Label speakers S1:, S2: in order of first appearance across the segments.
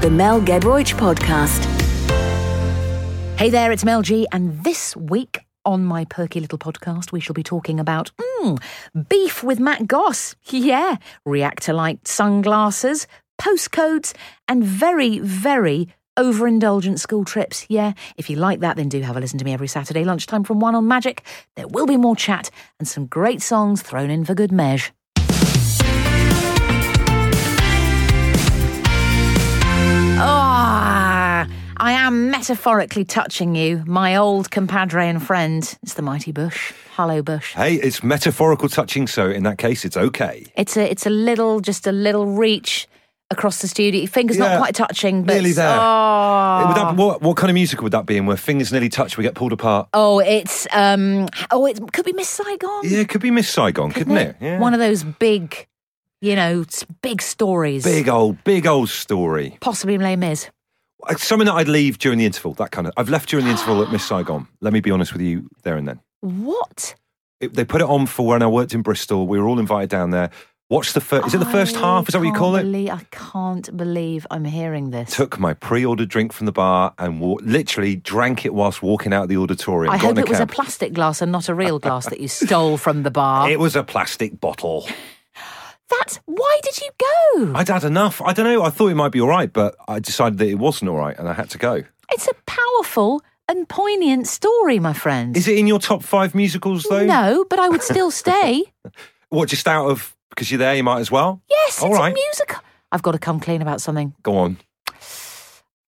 S1: The Mel Gedroych Podcast.
S2: Hey there, it's Mel G, and this week on my perky little podcast, we shall be talking about mm, beef with Matt Goss. Yeah, reactor light sunglasses, postcodes, and very, very overindulgent school trips. Yeah, if you like that, then do have a listen to me every Saturday lunchtime from 1 on Magic. There will be more chat and some great songs thrown in for good measure. Ah, I am metaphorically touching you, my old compadre and friend. It's the mighty bush. Hello, bush.
S3: Hey, it's metaphorical touching, so in that case, it's okay.
S2: It's a, it's a little, just a little reach across the studio. Fingers not
S3: Yeah,
S2: quite touching, but
S3: nearly there.
S2: Oh,
S3: Would that- what, what kind of music would that be in where fingers nearly touch, we get pulled apart?
S2: oh, it's um, oh, it could be Miss Saigon.
S3: Yeah, it could be Miss Saigon, couldn't, it? Yeah.
S2: One of those big, you know, s- big stories.
S3: big old, big old story.
S2: possibly Les Mis.
S3: Like, Something that I'd leave during the interval, that kind of. I've left during the interval at Miss Saigon. Let me be honest with you there and then.
S2: What?
S3: It, they put it on for when I worked in Bristol. We were all invited down there. Watch the first. Is it the first
S2: I
S3: half? Is that what you
S2: can't
S3: call it?
S2: belie- I can't believe I'm hearing this.
S3: Took my pre-ordered drink from the bar and wa- literally drank it whilst walking out of the auditorium.
S2: I
S3: Got
S2: hope
S3: in
S2: it was a
S3: cab.
S2: plastic glass and not a real glass that you stole from the bar.
S3: It was a plastic bottle.
S2: That's why did you go?
S3: I'd had enough. I don't know. I thought it might be all right, but I decided that it wasn't all right and I had to go.
S2: It's a powerful and poignant story, my friend.
S3: Is it in your top five musicals, though?
S2: No, but I would still stay.
S3: What, just out of because you're there, you might as well?
S2: yes,
S3: All
S2: it's
S3: right.
S2: a musical. I've got to come clean about something.
S3: Go on.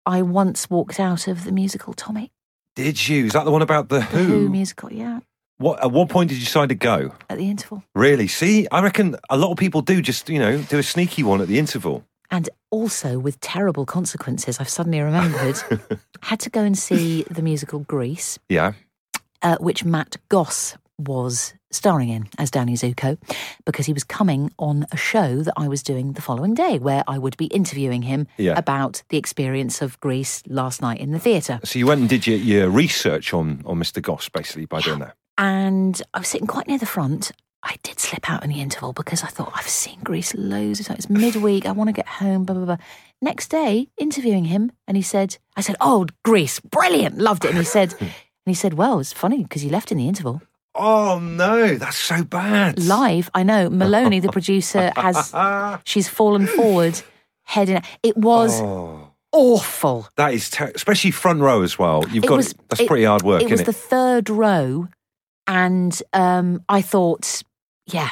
S2: I once walked out of the musical Tommy
S3: Did you? Is that the one about the
S2: the Who
S3: Who?
S2: musical. Yeah,
S3: what, at what point did you decide to go?
S2: at the interval.
S3: Really? See, I reckon a lot of people do just, you know, do a sneaky one at the interval.
S2: and also with terrible consequences. I've suddenly remembered. had to go and see the musical Grease,
S3: Yeah.
S2: uh, which Matt Goss was starring in as Danny Zuko, because he was coming on a show that I was doing the following day, where I would be interviewing him
S3: Yeah.
S2: about the experience of Grease last night in the theatre.
S3: So you went and did your, your research on, on Mr. Goss, basically, by doing that.
S2: and I was sitting quite near the front. I did slip out in the interval because I thought I've seen Greece loads of times. It's midweek. I want to get home. Blah blah blah. Next day, interviewing him, and he said, "I said, oh, Greece, brilliant, loved it." And he said, and he said, "Well, it's funny because you left in the interval
S3: Oh, no. That's so bad.
S2: live." I know Maloney, the producer, has
S3: Ah,
S2: she's fallen forward, head in. It was
S3: oh.
S2: awful.
S3: That is, ter- especially front row as well. You've
S2: It
S3: got
S2: was-
S3: that's
S2: it-
S3: pretty hard work,
S2: it was
S3: isn't
S2: the
S3: it?
S2: third row, and um, I thought, yeah.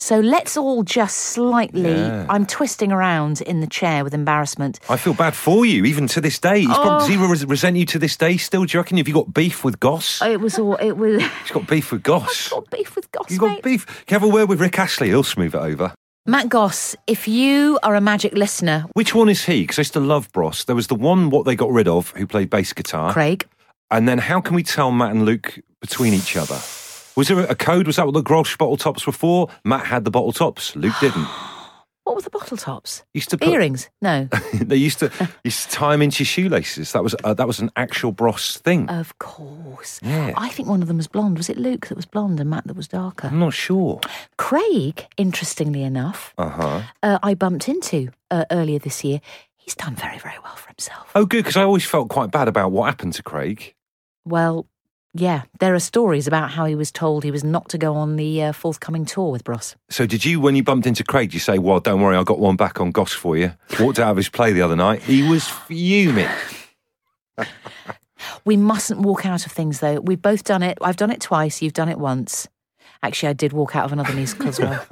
S2: So let's all just slightly.
S3: Yeah.
S2: I'm twisting around in the chair with embarrassment.
S3: I feel bad for you, even to this day. He's
S2: Oh.
S3: probably, does he res- resent you to this day still? Do you reckon? Have you got beef with Goss?
S2: It was all. It was.
S3: He's got beef with Goss.
S2: got beef with Goss,
S3: You've
S2: mate.
S3: got beef. Can you have a word with Rick Ashley? He'll smooth it over.
S2: Matt Goss, if you are a magic listener,
S3: Which one is he? Because I used to love Bros. There was the one what they got rid of who played bass guitar.
S2: Craig,
S3: And then how can we tell Matt and Luke between each other? Was there a code? Was that what the Grosh bottle tops were for? Matt had the bottle tops. Luke didn't.
S2: what were the bottle tops?
S3: Used to put,
S2: Earrings? No,
S3: they used to, used to tie him into shoelaces. That was uh, that was an actual Bros thing.
S2: of course.
S3: Yeah.
S2: I think one of them was blonde. Was it Luke that was blonde and Matt that was darker?
S3: I'm not sure.
S2: Craig, interestingly enough,
S3: Uh huh.
S2: uh, I bumped into uh, earlier this year. He's done very, very well for himself.
S3: Oh, good, because I always felt quite bad about what happened to Craig.
S2: Well, yeah, there are stories about how he was told he was not to go on the uh, forthcoming tour with Bros.
S3: So, did you, when you bumped into Craig, you say, Well, don't worry, I got one back on Goss for you? Walked out of his play the other night. He was fuming.
S2: We mustn't walk out of things, though. We've both done it. I've done it twice. You've done it once. Actually, I did walk out of another musical as well.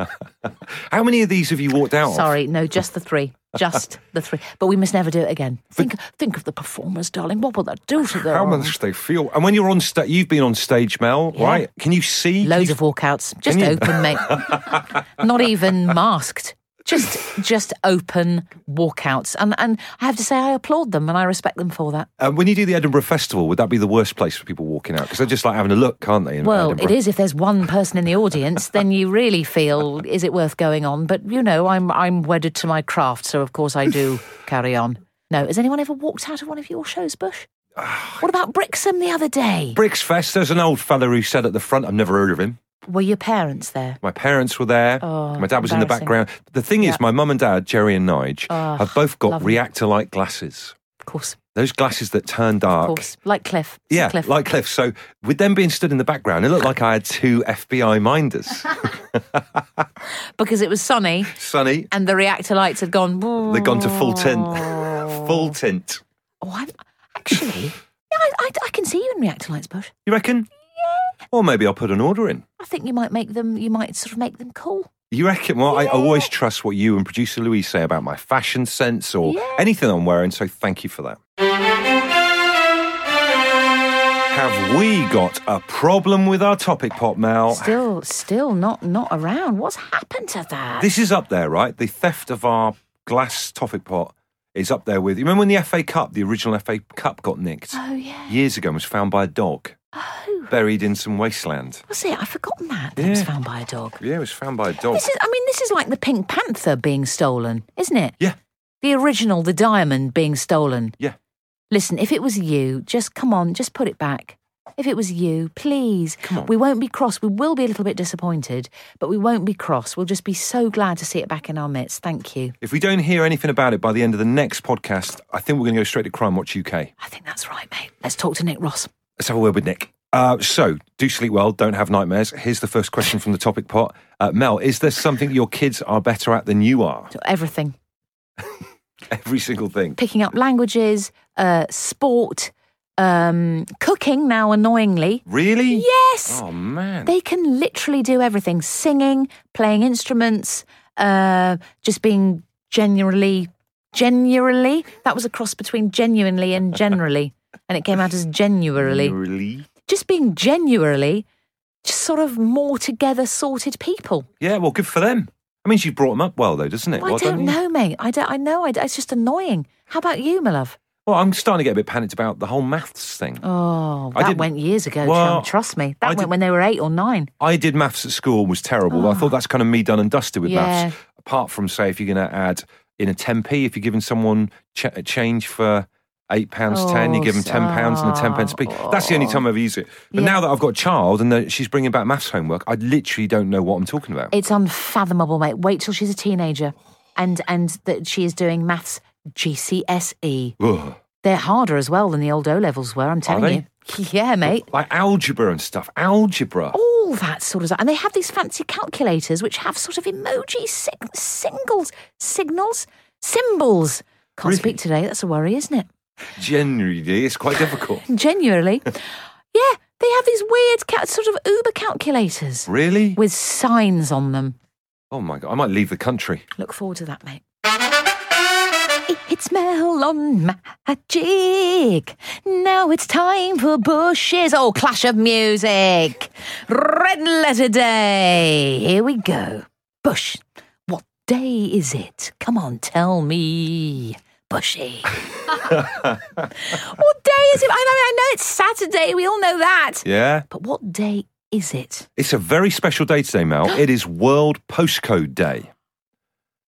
S3: How many of these have you walked out of?
S2: Sorry, no, just the three. Just the three. But we must never do it again. Think, think of the performers, darling. What will that do to their
S3: How
S2: arms?
S3: much they feel. And when you're on stage, you've been on stage, Mel,
S2: Yeah.
S3: right? Can you see? Can
S2: Loads
S3: you-
S2: of walkouts. Just
S3: you-
S2: open, mate. Not even masked. Just just open walkouts. And and I have to say I applaud them and I respect them for that.
S3: Um, when you do the Edinburgh Festival, would that be the worst place for people walking out? Because they're just like having a look, can't they? in
S2: Well,
S3: Edinburgh?
S2: it is if there's one person in the audience, then you really feel is it worth going on? But you know, I'm I'm wedded to my craft, so of course I do carry on. No, has anyone ever walked out of one of your shows, Bush? Ah, What about Brixham the other day?
S3: Bricks Fest, there's an old fella who said at the front, I've never heard of him.
S2: Were your parents there?
S3: My parents were there.
S2: Oh,
S3: my dad was in the
S2: embarrassing.
S3: background. The thing
S2: Yeah.
S3: is, my mum and dad, Jerry and Nige,
S2: Oh,
S3: have both got
S2: lovely.
S3: reactor light glasses.
S2: Of course,
S3: Those glasses that turn
S2: of
S3: dark.
S2: course. Like Cliff. It's
S3: Yeah,
S2: Cliff.
S3: like Cliff. So with them being stood in the background, it looked like I had two FBI minders.
S2: because it was sunny
S3: Sunny,
S2: and the reactor lights had gone.
S3: they've gone to full tint. full tint.
S2: Oh, I'm actually. Yeah, I, I, I can see you in reactor lights, Bush.
S3: You reckon? Or maybe I'll put an order in.
S2: I think you might make them. You might sort of make them cool.
S3: You reckon? Well, I always trust what you and producer Louise say about my fashion sense or
S2: Yeah.
S3: anything I'm wearing, so thank you for that. Have we got a problem with our topic, Pop Mal?
S2: Still, still not not around. What's happened to that?
S3: This is up there, right? The theft of our glass topic pot is up there with. You remember when the FA Cup, the original FA Cup, got nicked
S2: oh yeah.
S3: years ago and was found by a dog
S2: Oh,
S3: buried in some wasteland?
S2: was it? I've forgotten that. That was
S3: Yeah. Oh.
S2: found by a dog.
S3: Yeah, it was found by a dog.
S2: This is. I mean, this is like the Pink Panther being stolen, isn't it?
S3: Yeah,
S2: The original, the diamond being stolen.
S3: yeah.
S2: Listen, if it was you, just come on, just put it back. If it was you, please. Come on. We won't be cross. We will be a little bit disappointed, but we won't be cross. We'll just be so glad to see it back in our midst. Thank you.
S3: If we don't hear anything about it by the end of the next podcast, I think we're going to go straight to Crime Watch UK.
S2: I think that's right, mate. Let's talk to Nick Ross.
S3: Let's have a word with Nick. Uh, so, do sleep well, don't have nightmares. Here's the first question from the topic pot. Uh, Mel, is there something your kids are better at than you are?
S2: So everything.
S3: Every single thing.
S2: Picking up languages, uh, sport, um, cooking now annoyingly.
S3: Really?
S2: Yes!
S3: Oh, man.
S2: They can literally do everything singing, playing instruments, uh, just being generally, generally. That was a cross between genuinely and generally. and it came out as genuinely.
S3: Really?
S2: Just being genuinely, just sort of more together, sorted people.
S3: Yeah, well, good for them. That means you brought them up well, though, doesn't it?
S2: Well, I
S3: well done,
S2: don't
S3: you.
S2: know, mate. I, don't, I know. I, it's just annoying. How about you, my love?
S3: Well, I'm starting to get a bit panicked about the whole maths thing.
S2: Oh,
S3: I
S2: that
S3: didn't-
S2: went years ago,
S3: Well,
S2: Chum. Trust me. That
S3: I
S2: went
S3: did-
S2: when they were eight or nine.
S3: I did maths at school and was terrible. I thought that's kind of me done and dusted with
S2: Ah.
S3: maths.
S2: Yeah.
S3: Apart from, say, if you're going to add in a 10p, if you're giving someone ch- change for £8.10, you
S2: Oh,
S3: give them £10 and a 10 pence p. That's the only time I've used it. But now that I've got a child and that she's bringing back maths homework, I literally don't know what I'm talking about.
S2: It's unfathomable, mate. Wait till she's a teenager, and and that she is doing maths GCSE.
S3: Ugh.
S2: E. They're harder as well than the old O levels were. I'm telling
S3: they?
S2: you, yeah, mate.
S3: Like algebra and stuff. Algebra.
S2: All that sort of stuff, and they have these fancy calculators which have sort of emoji sig- singles, signals, symbols. Can't
S3: Really?
S2: speak today. That's a worry, isn't it?
S3: Generally, it's quite difficult.
S2: Genuinely, yeah. They have these weird ca- sort of Uber calculators
S3: really?
S2: with signs on them.
S3: Oh my God, I might leave the country.
S2: Look forward to that, mate. It's Mel on Magic. Now it's time for Bush's Oh Clash of Music. Red Letter Day. Here we go. Bush, what day is it? Come on, tell me. Bushy. what day is it? I know, I know it's Saturday. We all know that.
S3: Yeah?
S2: But what day is it?
S3: It's a very special day today, Mel. It is World Postcode Day.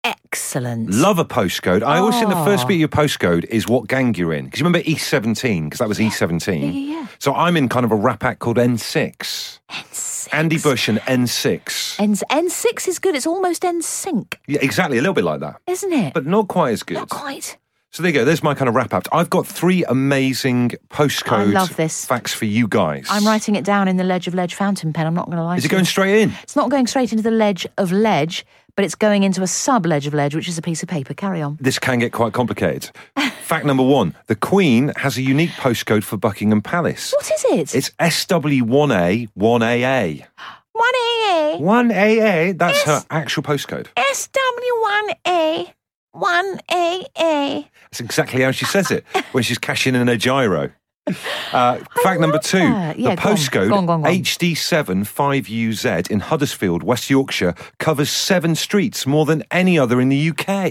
S2: Excellent.
S3: Love a postcode. I always think the first
S2: Ah.
S3: bit of your postcode is what gang you're in. Because you remember E17, because that was
S2: yeah,
S3: E17.
S2: yeah, yeah.
S3: So I'm in kind of a rap act called N6.
S2: N6.
S3: Andy Bush and N6.
S2: N N6 is good. It's almost N sync,
S3: Yeah, exactly, a little bit like that.
S2: isn't it?
S3: But not quite as good.
S2: Not quite.
S3: So there you go. There's my kind of wrap up. I've got three amazing postcode
S2: I love this.
S3: facts for you guys.
S2: I'm writing it down in the ledge of ledge fountain pen. I'm not going to lie.
S3: Is it
S2: to you.
S3: going straight in?
S2: It's not going straight into the ledge of ledge, but it's going into a sub ledge of ledge, which is a piece of paper. Carry on.
S3: This can get quite complicated. Fact number one the Queen has a unique postcode for Buckingham Palace.
S2: What is it?
S3: It's SW1A 1AA.
S2: one A
S3: One AA. That's her actual postcode.
S2: S W one A one A A.
S3: That's exactly how she says it when she's cashing in a gyro. Uh, fact number
S2: love
S3: two:
S2: that. Yeah,
S3: the
S2: go on.
S3: postcode
S2: Go on, go on, go on.
S3: HD75UZ in Huddersfield, West Yorkshire, covers seven streets more than any other in the UK.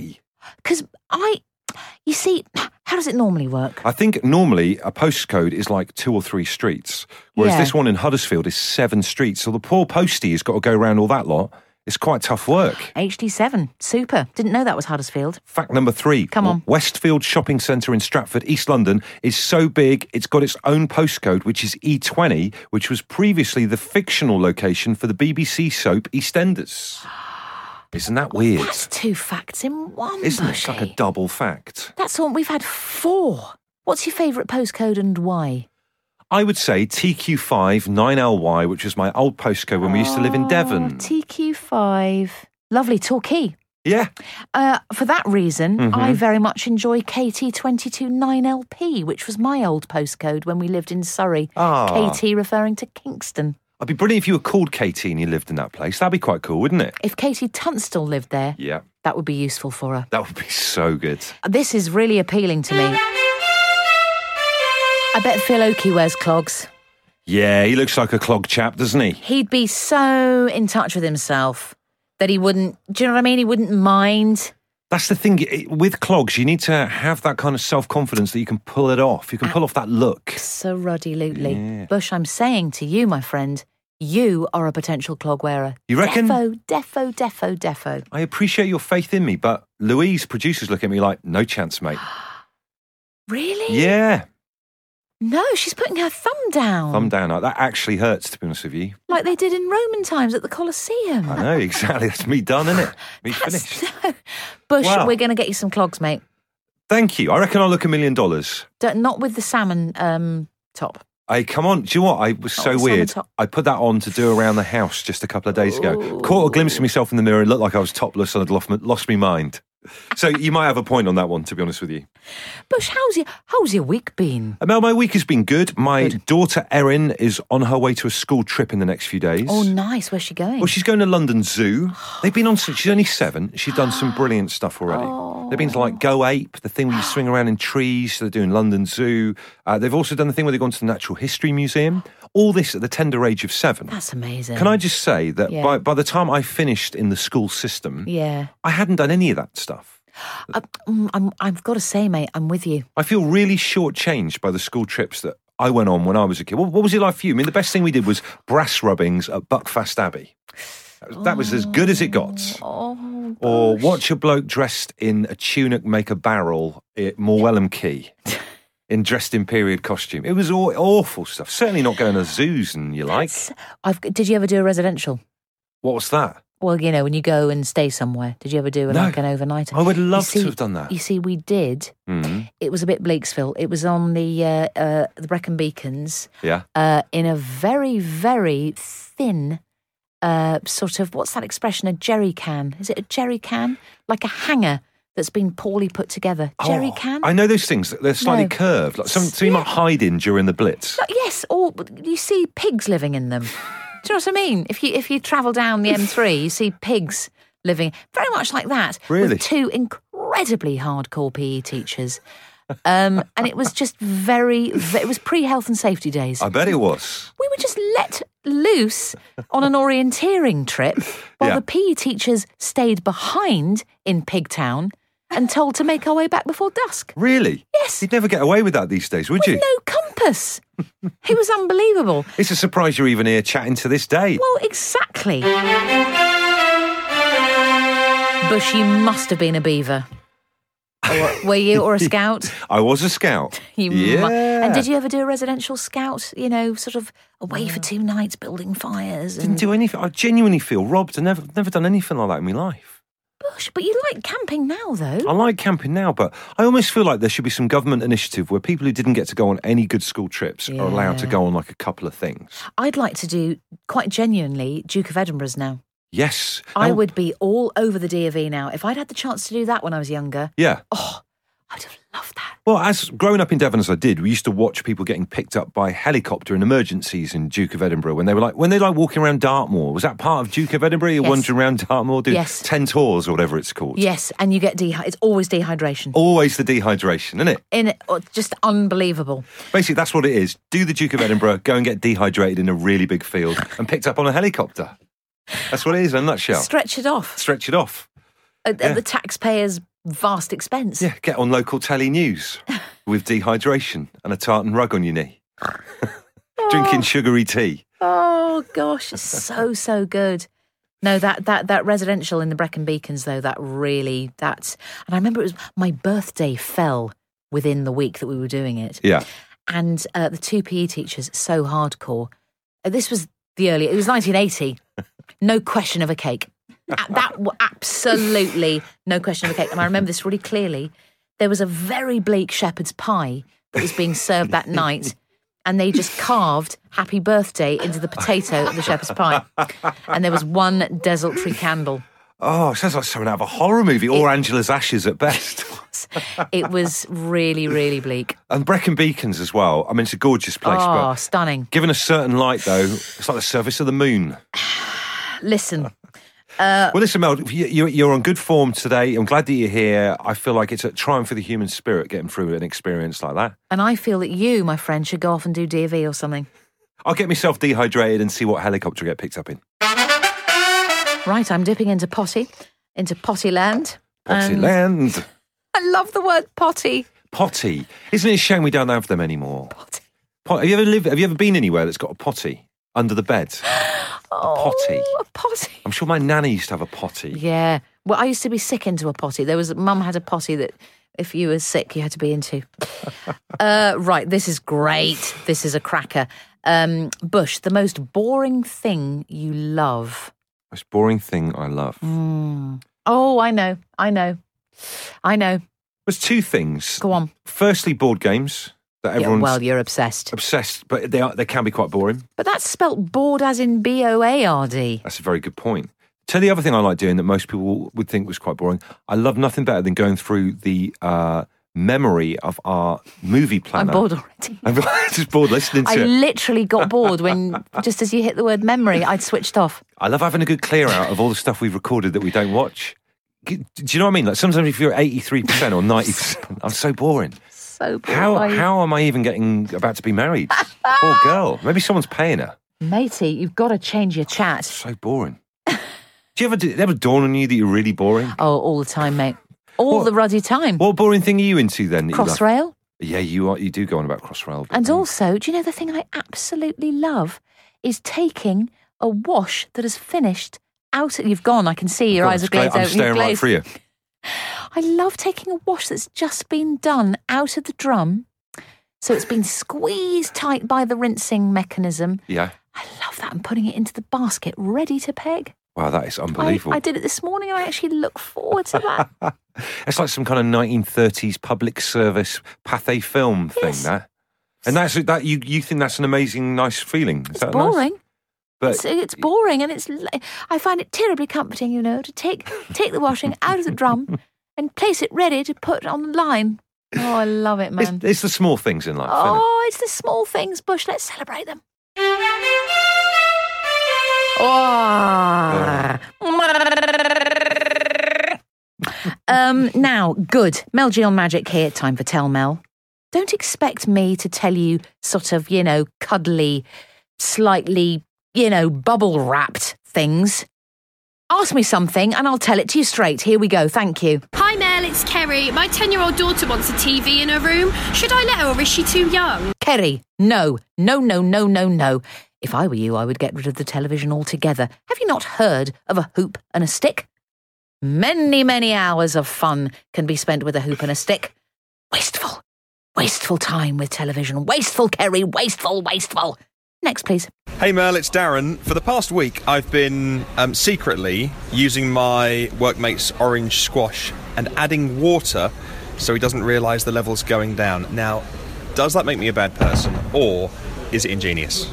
S2: Because I, you see, how does it normally work?
S3: I think normally a postcode is like two or three streets, whereas
S2: Yeah.
S3: this one in Huddersfield is seven streets. So the poor postie has got to go around all that lot. It's quite tough work.
S2: HD7. Super. Didn't know that was Huddersfield.
S3: Fact number three.
S2: Come on.
S3: Westfield Shopping Centre in Stratford, East London, is so big it's got its own postcode, which is E20, which was previously the fictional location for the BBC soap EastEnders. Isn't that weird?
S2: That's two facts in one.
S3: Isn't it It's like a
S2: Bushy.
S3: double fact?
S2: That's all. We've had four. What's your favourite postcode and why?
S3: I would say TQ5 9LY, which was my old postcode when we used to live in
S2: Oh,
S3: Devon.
S2: TQ5. Lovely. Torquay.
S3: yeah,
S2: Uh, for that reason, I very much enjoy KT229LP, which was my old postcode when we lived in Surrey.
S3: Ah.
S2: KT referring to Kingston.
S3: I'd be brilliant if you were called Katie and you lived in that place. That'd be quite cool, wouldn't it?
S2: If Katie Tunstall lived there,
S3: Yeah,
S2: that would be useful for her.
S3: that would be so good.
S2: This is really appealing to me. I bet Phil Oakey wears clogs.
S3: Yeah, he looks like a clog chap, doesn't he?
S2: He'd be so in touch with himself that he wouldn't, do you know what I mean? He wouldn't mind.
S3: That's the thing it- with clogs. You need to have that kind of self confidence that you can pull it off. You can pull off that look.
S2: So ruddy-lutely. Bush, I'm saying to you, my friend, you are a potential clog wearer.
S3: You reckon?
S2: Defo, defo, defo, defo.
S3: I appreciate your faith in me, but Louise, producers, look at me like, no chance, mate.
S2: Really?
S3: yeah,
S2: No, she's putting her thumb down.
S3: thumb down. Like, that actually hurts, to be honest with you.
S2: Like they did in Roman times at the Colosseum.
S3: I know, exactly. That's me done, isn't it? Me finished.
S2: Bush,
S3: Wow.
S2: we're going to get you some clogs, mate.
S3: Thank you. I reckon I'll look a million dollars.
S2: Don't, not with the salmon um, top.
S3: I come on. Do you know what? I was
S2: Oh,
S3: so
S2: it's on the
S3: weird.
S2: top.
S3: I put that on to do around the house just a couple of days ago. Caught a glimpse of myself in the mirror and looked like I was topless and had lost my, lost my mind. So you might have a point on that one, to be honest with you.
S2: Bush, how's your how's your week been?
S3: Uh, Mel, my week has been good. My daughter Erin is on her way to a school trip in the next few days.
S2: Oh, nice. Where's she going?
S3: Well, she's going to London Zoo. They've been on. since She's only seven. She's done some brilliant stuff already. They've been to like Go Ape, the thing where you swing around in trees. So they're doing London Zoo. Uh, they've also done the thing where they've gone to the Natural History Museum. All this at the tender age of seven.
S2: That's amazing.
S3: Can I just say that
S2: Yeah.
S3: by, by the time I finished in the school system,
S2: Yeah.
S3: I hadn't done any of that stuff.
S2: I, mm, I'm, I've got to say, mate, I'm with you.
S3: I feel really shortchanged by the school trips that I went on when I was a kid. What, what was it like for you? I mean, the best thing we did was brass rubbings at Buckfast Abbey. That was, that was as good as it got.
S2: Oh,
S3: Or watch a bloke dressed in a tunic make a barrel at Morwellum Key in dressed in period costume. It was all awful stuff. Certainly not going to zoos and you like.
S2: I've, did you ever do a residential?
S3: What was that?
S2: Well, you know, when you go and stay somewhere, did you ever do
S3: No.
S2: like an overnighter?
S3: I would
S2: You
S3: love
S2: see-
S3: to have done that.
S2: You see, we did.
S3: Mhm.
S2: It was a bit Blakesville. It was on the uh, uh, the Brecon Beacons
S3: Yeah.
S2: uh, in a very, very thin uh, sort of what's that expression? A jerry can? Is it a jerry can? Like a hanger that's been poorly put together. Jerry
S3: Oh,
S2: can?
S3: I know those things. They're slightly
S2: No.
S3: curved. Like something, something you might hide in during the blitz.
S2: But Uh, yes, or you see pigs living in them. Do you know what I mean? If you if you travel down the M3, you see pigs living very much like that.
S3: Really?
S2: with two incredibly hardcore PE teachers, um, and it was just very. ve- It was pre health and safety days.
S3: I bet it was.
S2: we were just let loose on an orienteering trip while
S3: Yeah.
S2: the PE teachers stayed behind in Pigtown and told to make our way back before dusk.
S3: Really?
S2: Yes.
S3: You'd never get away with that these days, would you?
S2: No compass. It was unbelievable.
S3: It's a surprise you're even here chatting to this day.
S2: Well, exactly. Bush, you must have been a beaver. Or, were you, or a scout?
S3: I was a scout.
S2: You mu-
S3: yeah.
S2: and did you ever do a residential scout? You know, sort of away for two nights, building fires and
S3: Didn't do anything. I genuinely feel robbed. I've never, never done anything like that in my life.
S2: bush. But you like camping now, though.
S3: I like camping now, but I almost feel like there should be some government initiative where people who didn't get to go on any good school trips are allowed to
S2: Yeah.
S3: go on like a couple of things.
S2: I'd like to do quite genuinely Duke of Edinburgh's now.
S3: Yes.
S2: I
S3: Now-
S2: would be all over the D of E now if I'd had the chance to do that when I was younger.
S3: Yeah.
S2: I'd have loved that.
S3: Well, as growing up in Devon as I did, we used to watch people getting picked up by helicopter in emergencies in Duke of Edinburgh when they were like when they like walking around Dartmoor. Was that part of Duke of Edinburgh? You're
S2: Yes.
S3: wandering around Dartmoor, doing
S2: Yes.
S3: ten tours or whatever it's called.
S2: Yes, and you get dehy It's always dehydration.
S3: Always the dehydration, isn't it?
S2: In or just unbelievable.
S3: Basically, that's what it is. Do the Duke of Edinburgh, go and get dehydrated in a really big field and picked up on a helicopter. That's what it is in a nutshell.
S2: Stretch it off
S3: Stretch it off.
S2: at, at Uh, the taxpayers' vast expense.
S3: Yeah, get on local telly news with dehydration and a tartan rug on your knee. Drinking sugary tea.
S2: Oh gosh, it's so so good. No, that that that residential in the Brecon Beacons though, that really that's and I remember it was my birthday fell within the week that we were doing it.
S3: Yeah.
S2: And uh, the two PE teachers so hardcore. Uh, This was the early it was 1980. no question of a cake. A- That w- absolutely no question of a cake. And I remember this really clearly. There was a very bleak shepherd's pie that was being served that night. And they just carved happy birthday into the potato of the shepherd's pie and there was one desultory candle.
S3: Oh, it sounds like something out of a horror movie or Angela's Ashes at best.
S2: It was really, really bleak.
S3: and Brecon Beacons as well. I mean, it's a gorgeous place,
S2: Oh,
S3: but
S2: stunning.
S3: given a certain light, though, it's like the surface of the moon.
S2: Listen,
S3: well, listen, Mel, you- you- you're on good form today. I'm glad that you're here. I feel like it's a triumph for the human spirit getting through an experience like that.
S2: and I feel that you, my friend, should go off and do DV or something.
S3: I'll get myself dehydrated and see what helicopter I get picked up in.
S2: Right, I'm dipping into potty, into potty land.
S3: Potty
S2: And-
S3: land.
S2: I love the word potty.
S3: Potty. Isn't it a shame we don't have them anymore?
S2: Potty.
S3: Pot- have you ever lived? Have you ever been anywhere that's got a potty under the bed?
S2: Oh,
S3: potty.
S2: a potty.
S3: I'm sure my nanny used to have a potty.
S2: Yeah. Well, I used to be sick into a potty. There was mum had a potty that if you were sick, you had to be into. uh, right, this is great. This is a cracker. Um, Bush, the most boring thing you love.
S3: Most boring thing I love.
S2: Mm. Oh, I know, I know, I know.
S3: There's two things.
S2: Go on.
S3: Firstly, board games that
S2: Yeah,
S3: everyone's
S2: well, you're obsessed.
S3: obsessed, but they are, they can be quite boring.
S2: But that's spelt bored as in B O A R D.
S3: That's a very good point. So the other thing I like doing that most people would think was quite boring, I love nothing better than going through the uh, memory of our movie
S2: I'm
S3: planner.
S2: bored already.
S3: I'm just bored listening to
S2: I
S3: it.
S2: literally got bored when just as you hit the word memory, I'd switched off.
S3: I love having a good clear out of all the stuff we've recorded that we don't watch. G- Do you know what I mean? Like sometimes if you're eighty three percent or ninety percent, I'm so boring.
S2: So bored.
S3: How
S2: by-
S3: how am I even getting about to be married? Poor girl. Maybe someone's paying her.
S2: matey, you've got to change your chat.
S3: So boring. Do you ever do, ever dawn on you that you're really boring?
S2: Oh, all the time, mate. All
S3: What-
S2: the ruddy time.
S3: What boring thing are you into then? that you love? Mm.
S2: Crossrail.
S3: Yeah, you are. You do go on about Crossrail. but-
S2: And also, do you know the thing I absolutely love is taking a wash that has finished out. You've gone. I can see your
S3: God,
S2: eyes
S3: I'm
S2: are glazed
S3: sta- I'm
S2: over. You've
S3: staring right
S2: glazed.
S3: for you.
S2: I love taking a wash that's just been done out of the drum. So it's been squeezed tight by the rinsing mechanism.
S3: Yeah.
S2: I love that. And putting it into the basket ready to peg.
S3: Wow, that is
S2: I,
S3: unbelievable.
S2: I did it this morning and I actually look forward to that.
S3: It's like some kind of 1930s public service Pathé film thing,
S2: Yes.
S3: that. And that's that you you think that's an amazing, nice feeling. Is
S2: It's
S3: that nice?
S2: boring.
S3: But
S2: It's, it's boring and it's. li- I find it terribly comforting, you know, to take take the washing out of the drum and place it ready to put on the line. Oh, I love it, man.
S3: it's, it's the small things in life. isn't it?
S2: oh, it's the small things, Bush. Let's celebrate them. Oh. um, now, good. Mel G on Magic here. Time for Tell Mel. Don't expect me to tell you sort of, you know, cuddly, slightly, you know, bubble wrapped things. Ask me something and I'll tell it to you straight. Here we go. Thank you.
S4: Hi Mel, it's Kerry. My 10 year old daughter wants a TV in her room. Should I let her or is she too young?
S2: Kerry, no, no, no, no, no, no. If I were you, I would get rid of the television altogether. Have you not heard of a hoop and a stick? Many, many hours of fun can be spent with a hoop and a stick. Wasteful. Wasteful time with television. Wasteful, Kerry. Wasteful, wasteful. Next, please.
S5: Hey Merle, it's Darren. For the past week, I've been um, secretly using my workmate's orange squash and adding water so he doesn't realise the level's going down. Now, does that make me a bad person or is it ingenious?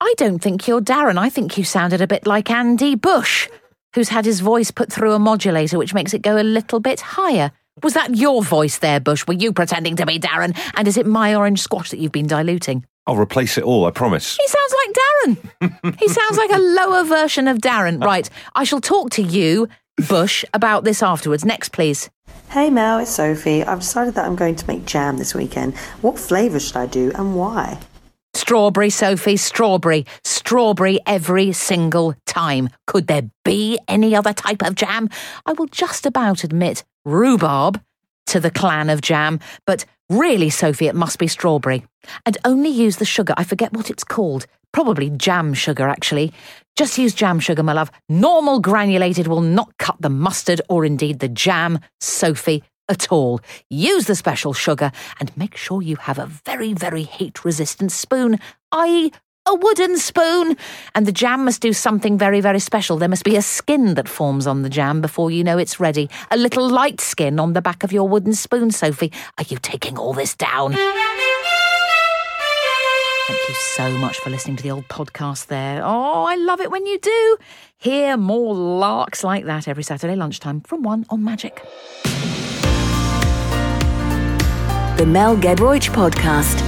S2: I don't think you're Darren. I think you sounded a bit like Andy Bush, who's had his voice put through a modulator, which makes it go a little bit higher. Was that your voice there, Bush? Were you pretending to be Darren? And is it my orange squash that you've been diluting?
S3: I'll replace it all. I promise.
S2: He sounds like Darren. he sounds like a lower version of Darren. Right. I shall talk to you, Bush, about this afterwards. Next, please.
S6: Hey Mel, it's Sophie. I've decided that I'm going to make jam this weekend. What flavour should I do and why?
S2: Strawberry, Sophie, strawberry, strawberry every single time. Could there be any other type of jam? I will just about admit rhubarb to the clan of jam, but really, Sophie, it must be strawberry. And only use the sugar. I forget what it's called. Probably jam sugar, actually. Just use jam sugar, my love. Normal granulated will not cut the mustard or indeed the jam, Sophie, at all. Use the special sugar and make sure you have a very, very heat resistant spoon, i.e., a wooden spoon. And the jam must do something very, very special. There must be a skin that forms on the jam before you know it's ready. A little light skin on the back of your wooden spoon, Sophie. Are you taking all this down? Thank you so much for listening to the old podcast there. Oh, I love it when you do. Hear more larks like that every Saturday lunchtime from 1 on Magic.
S1: The Mel Gedroych Podcast.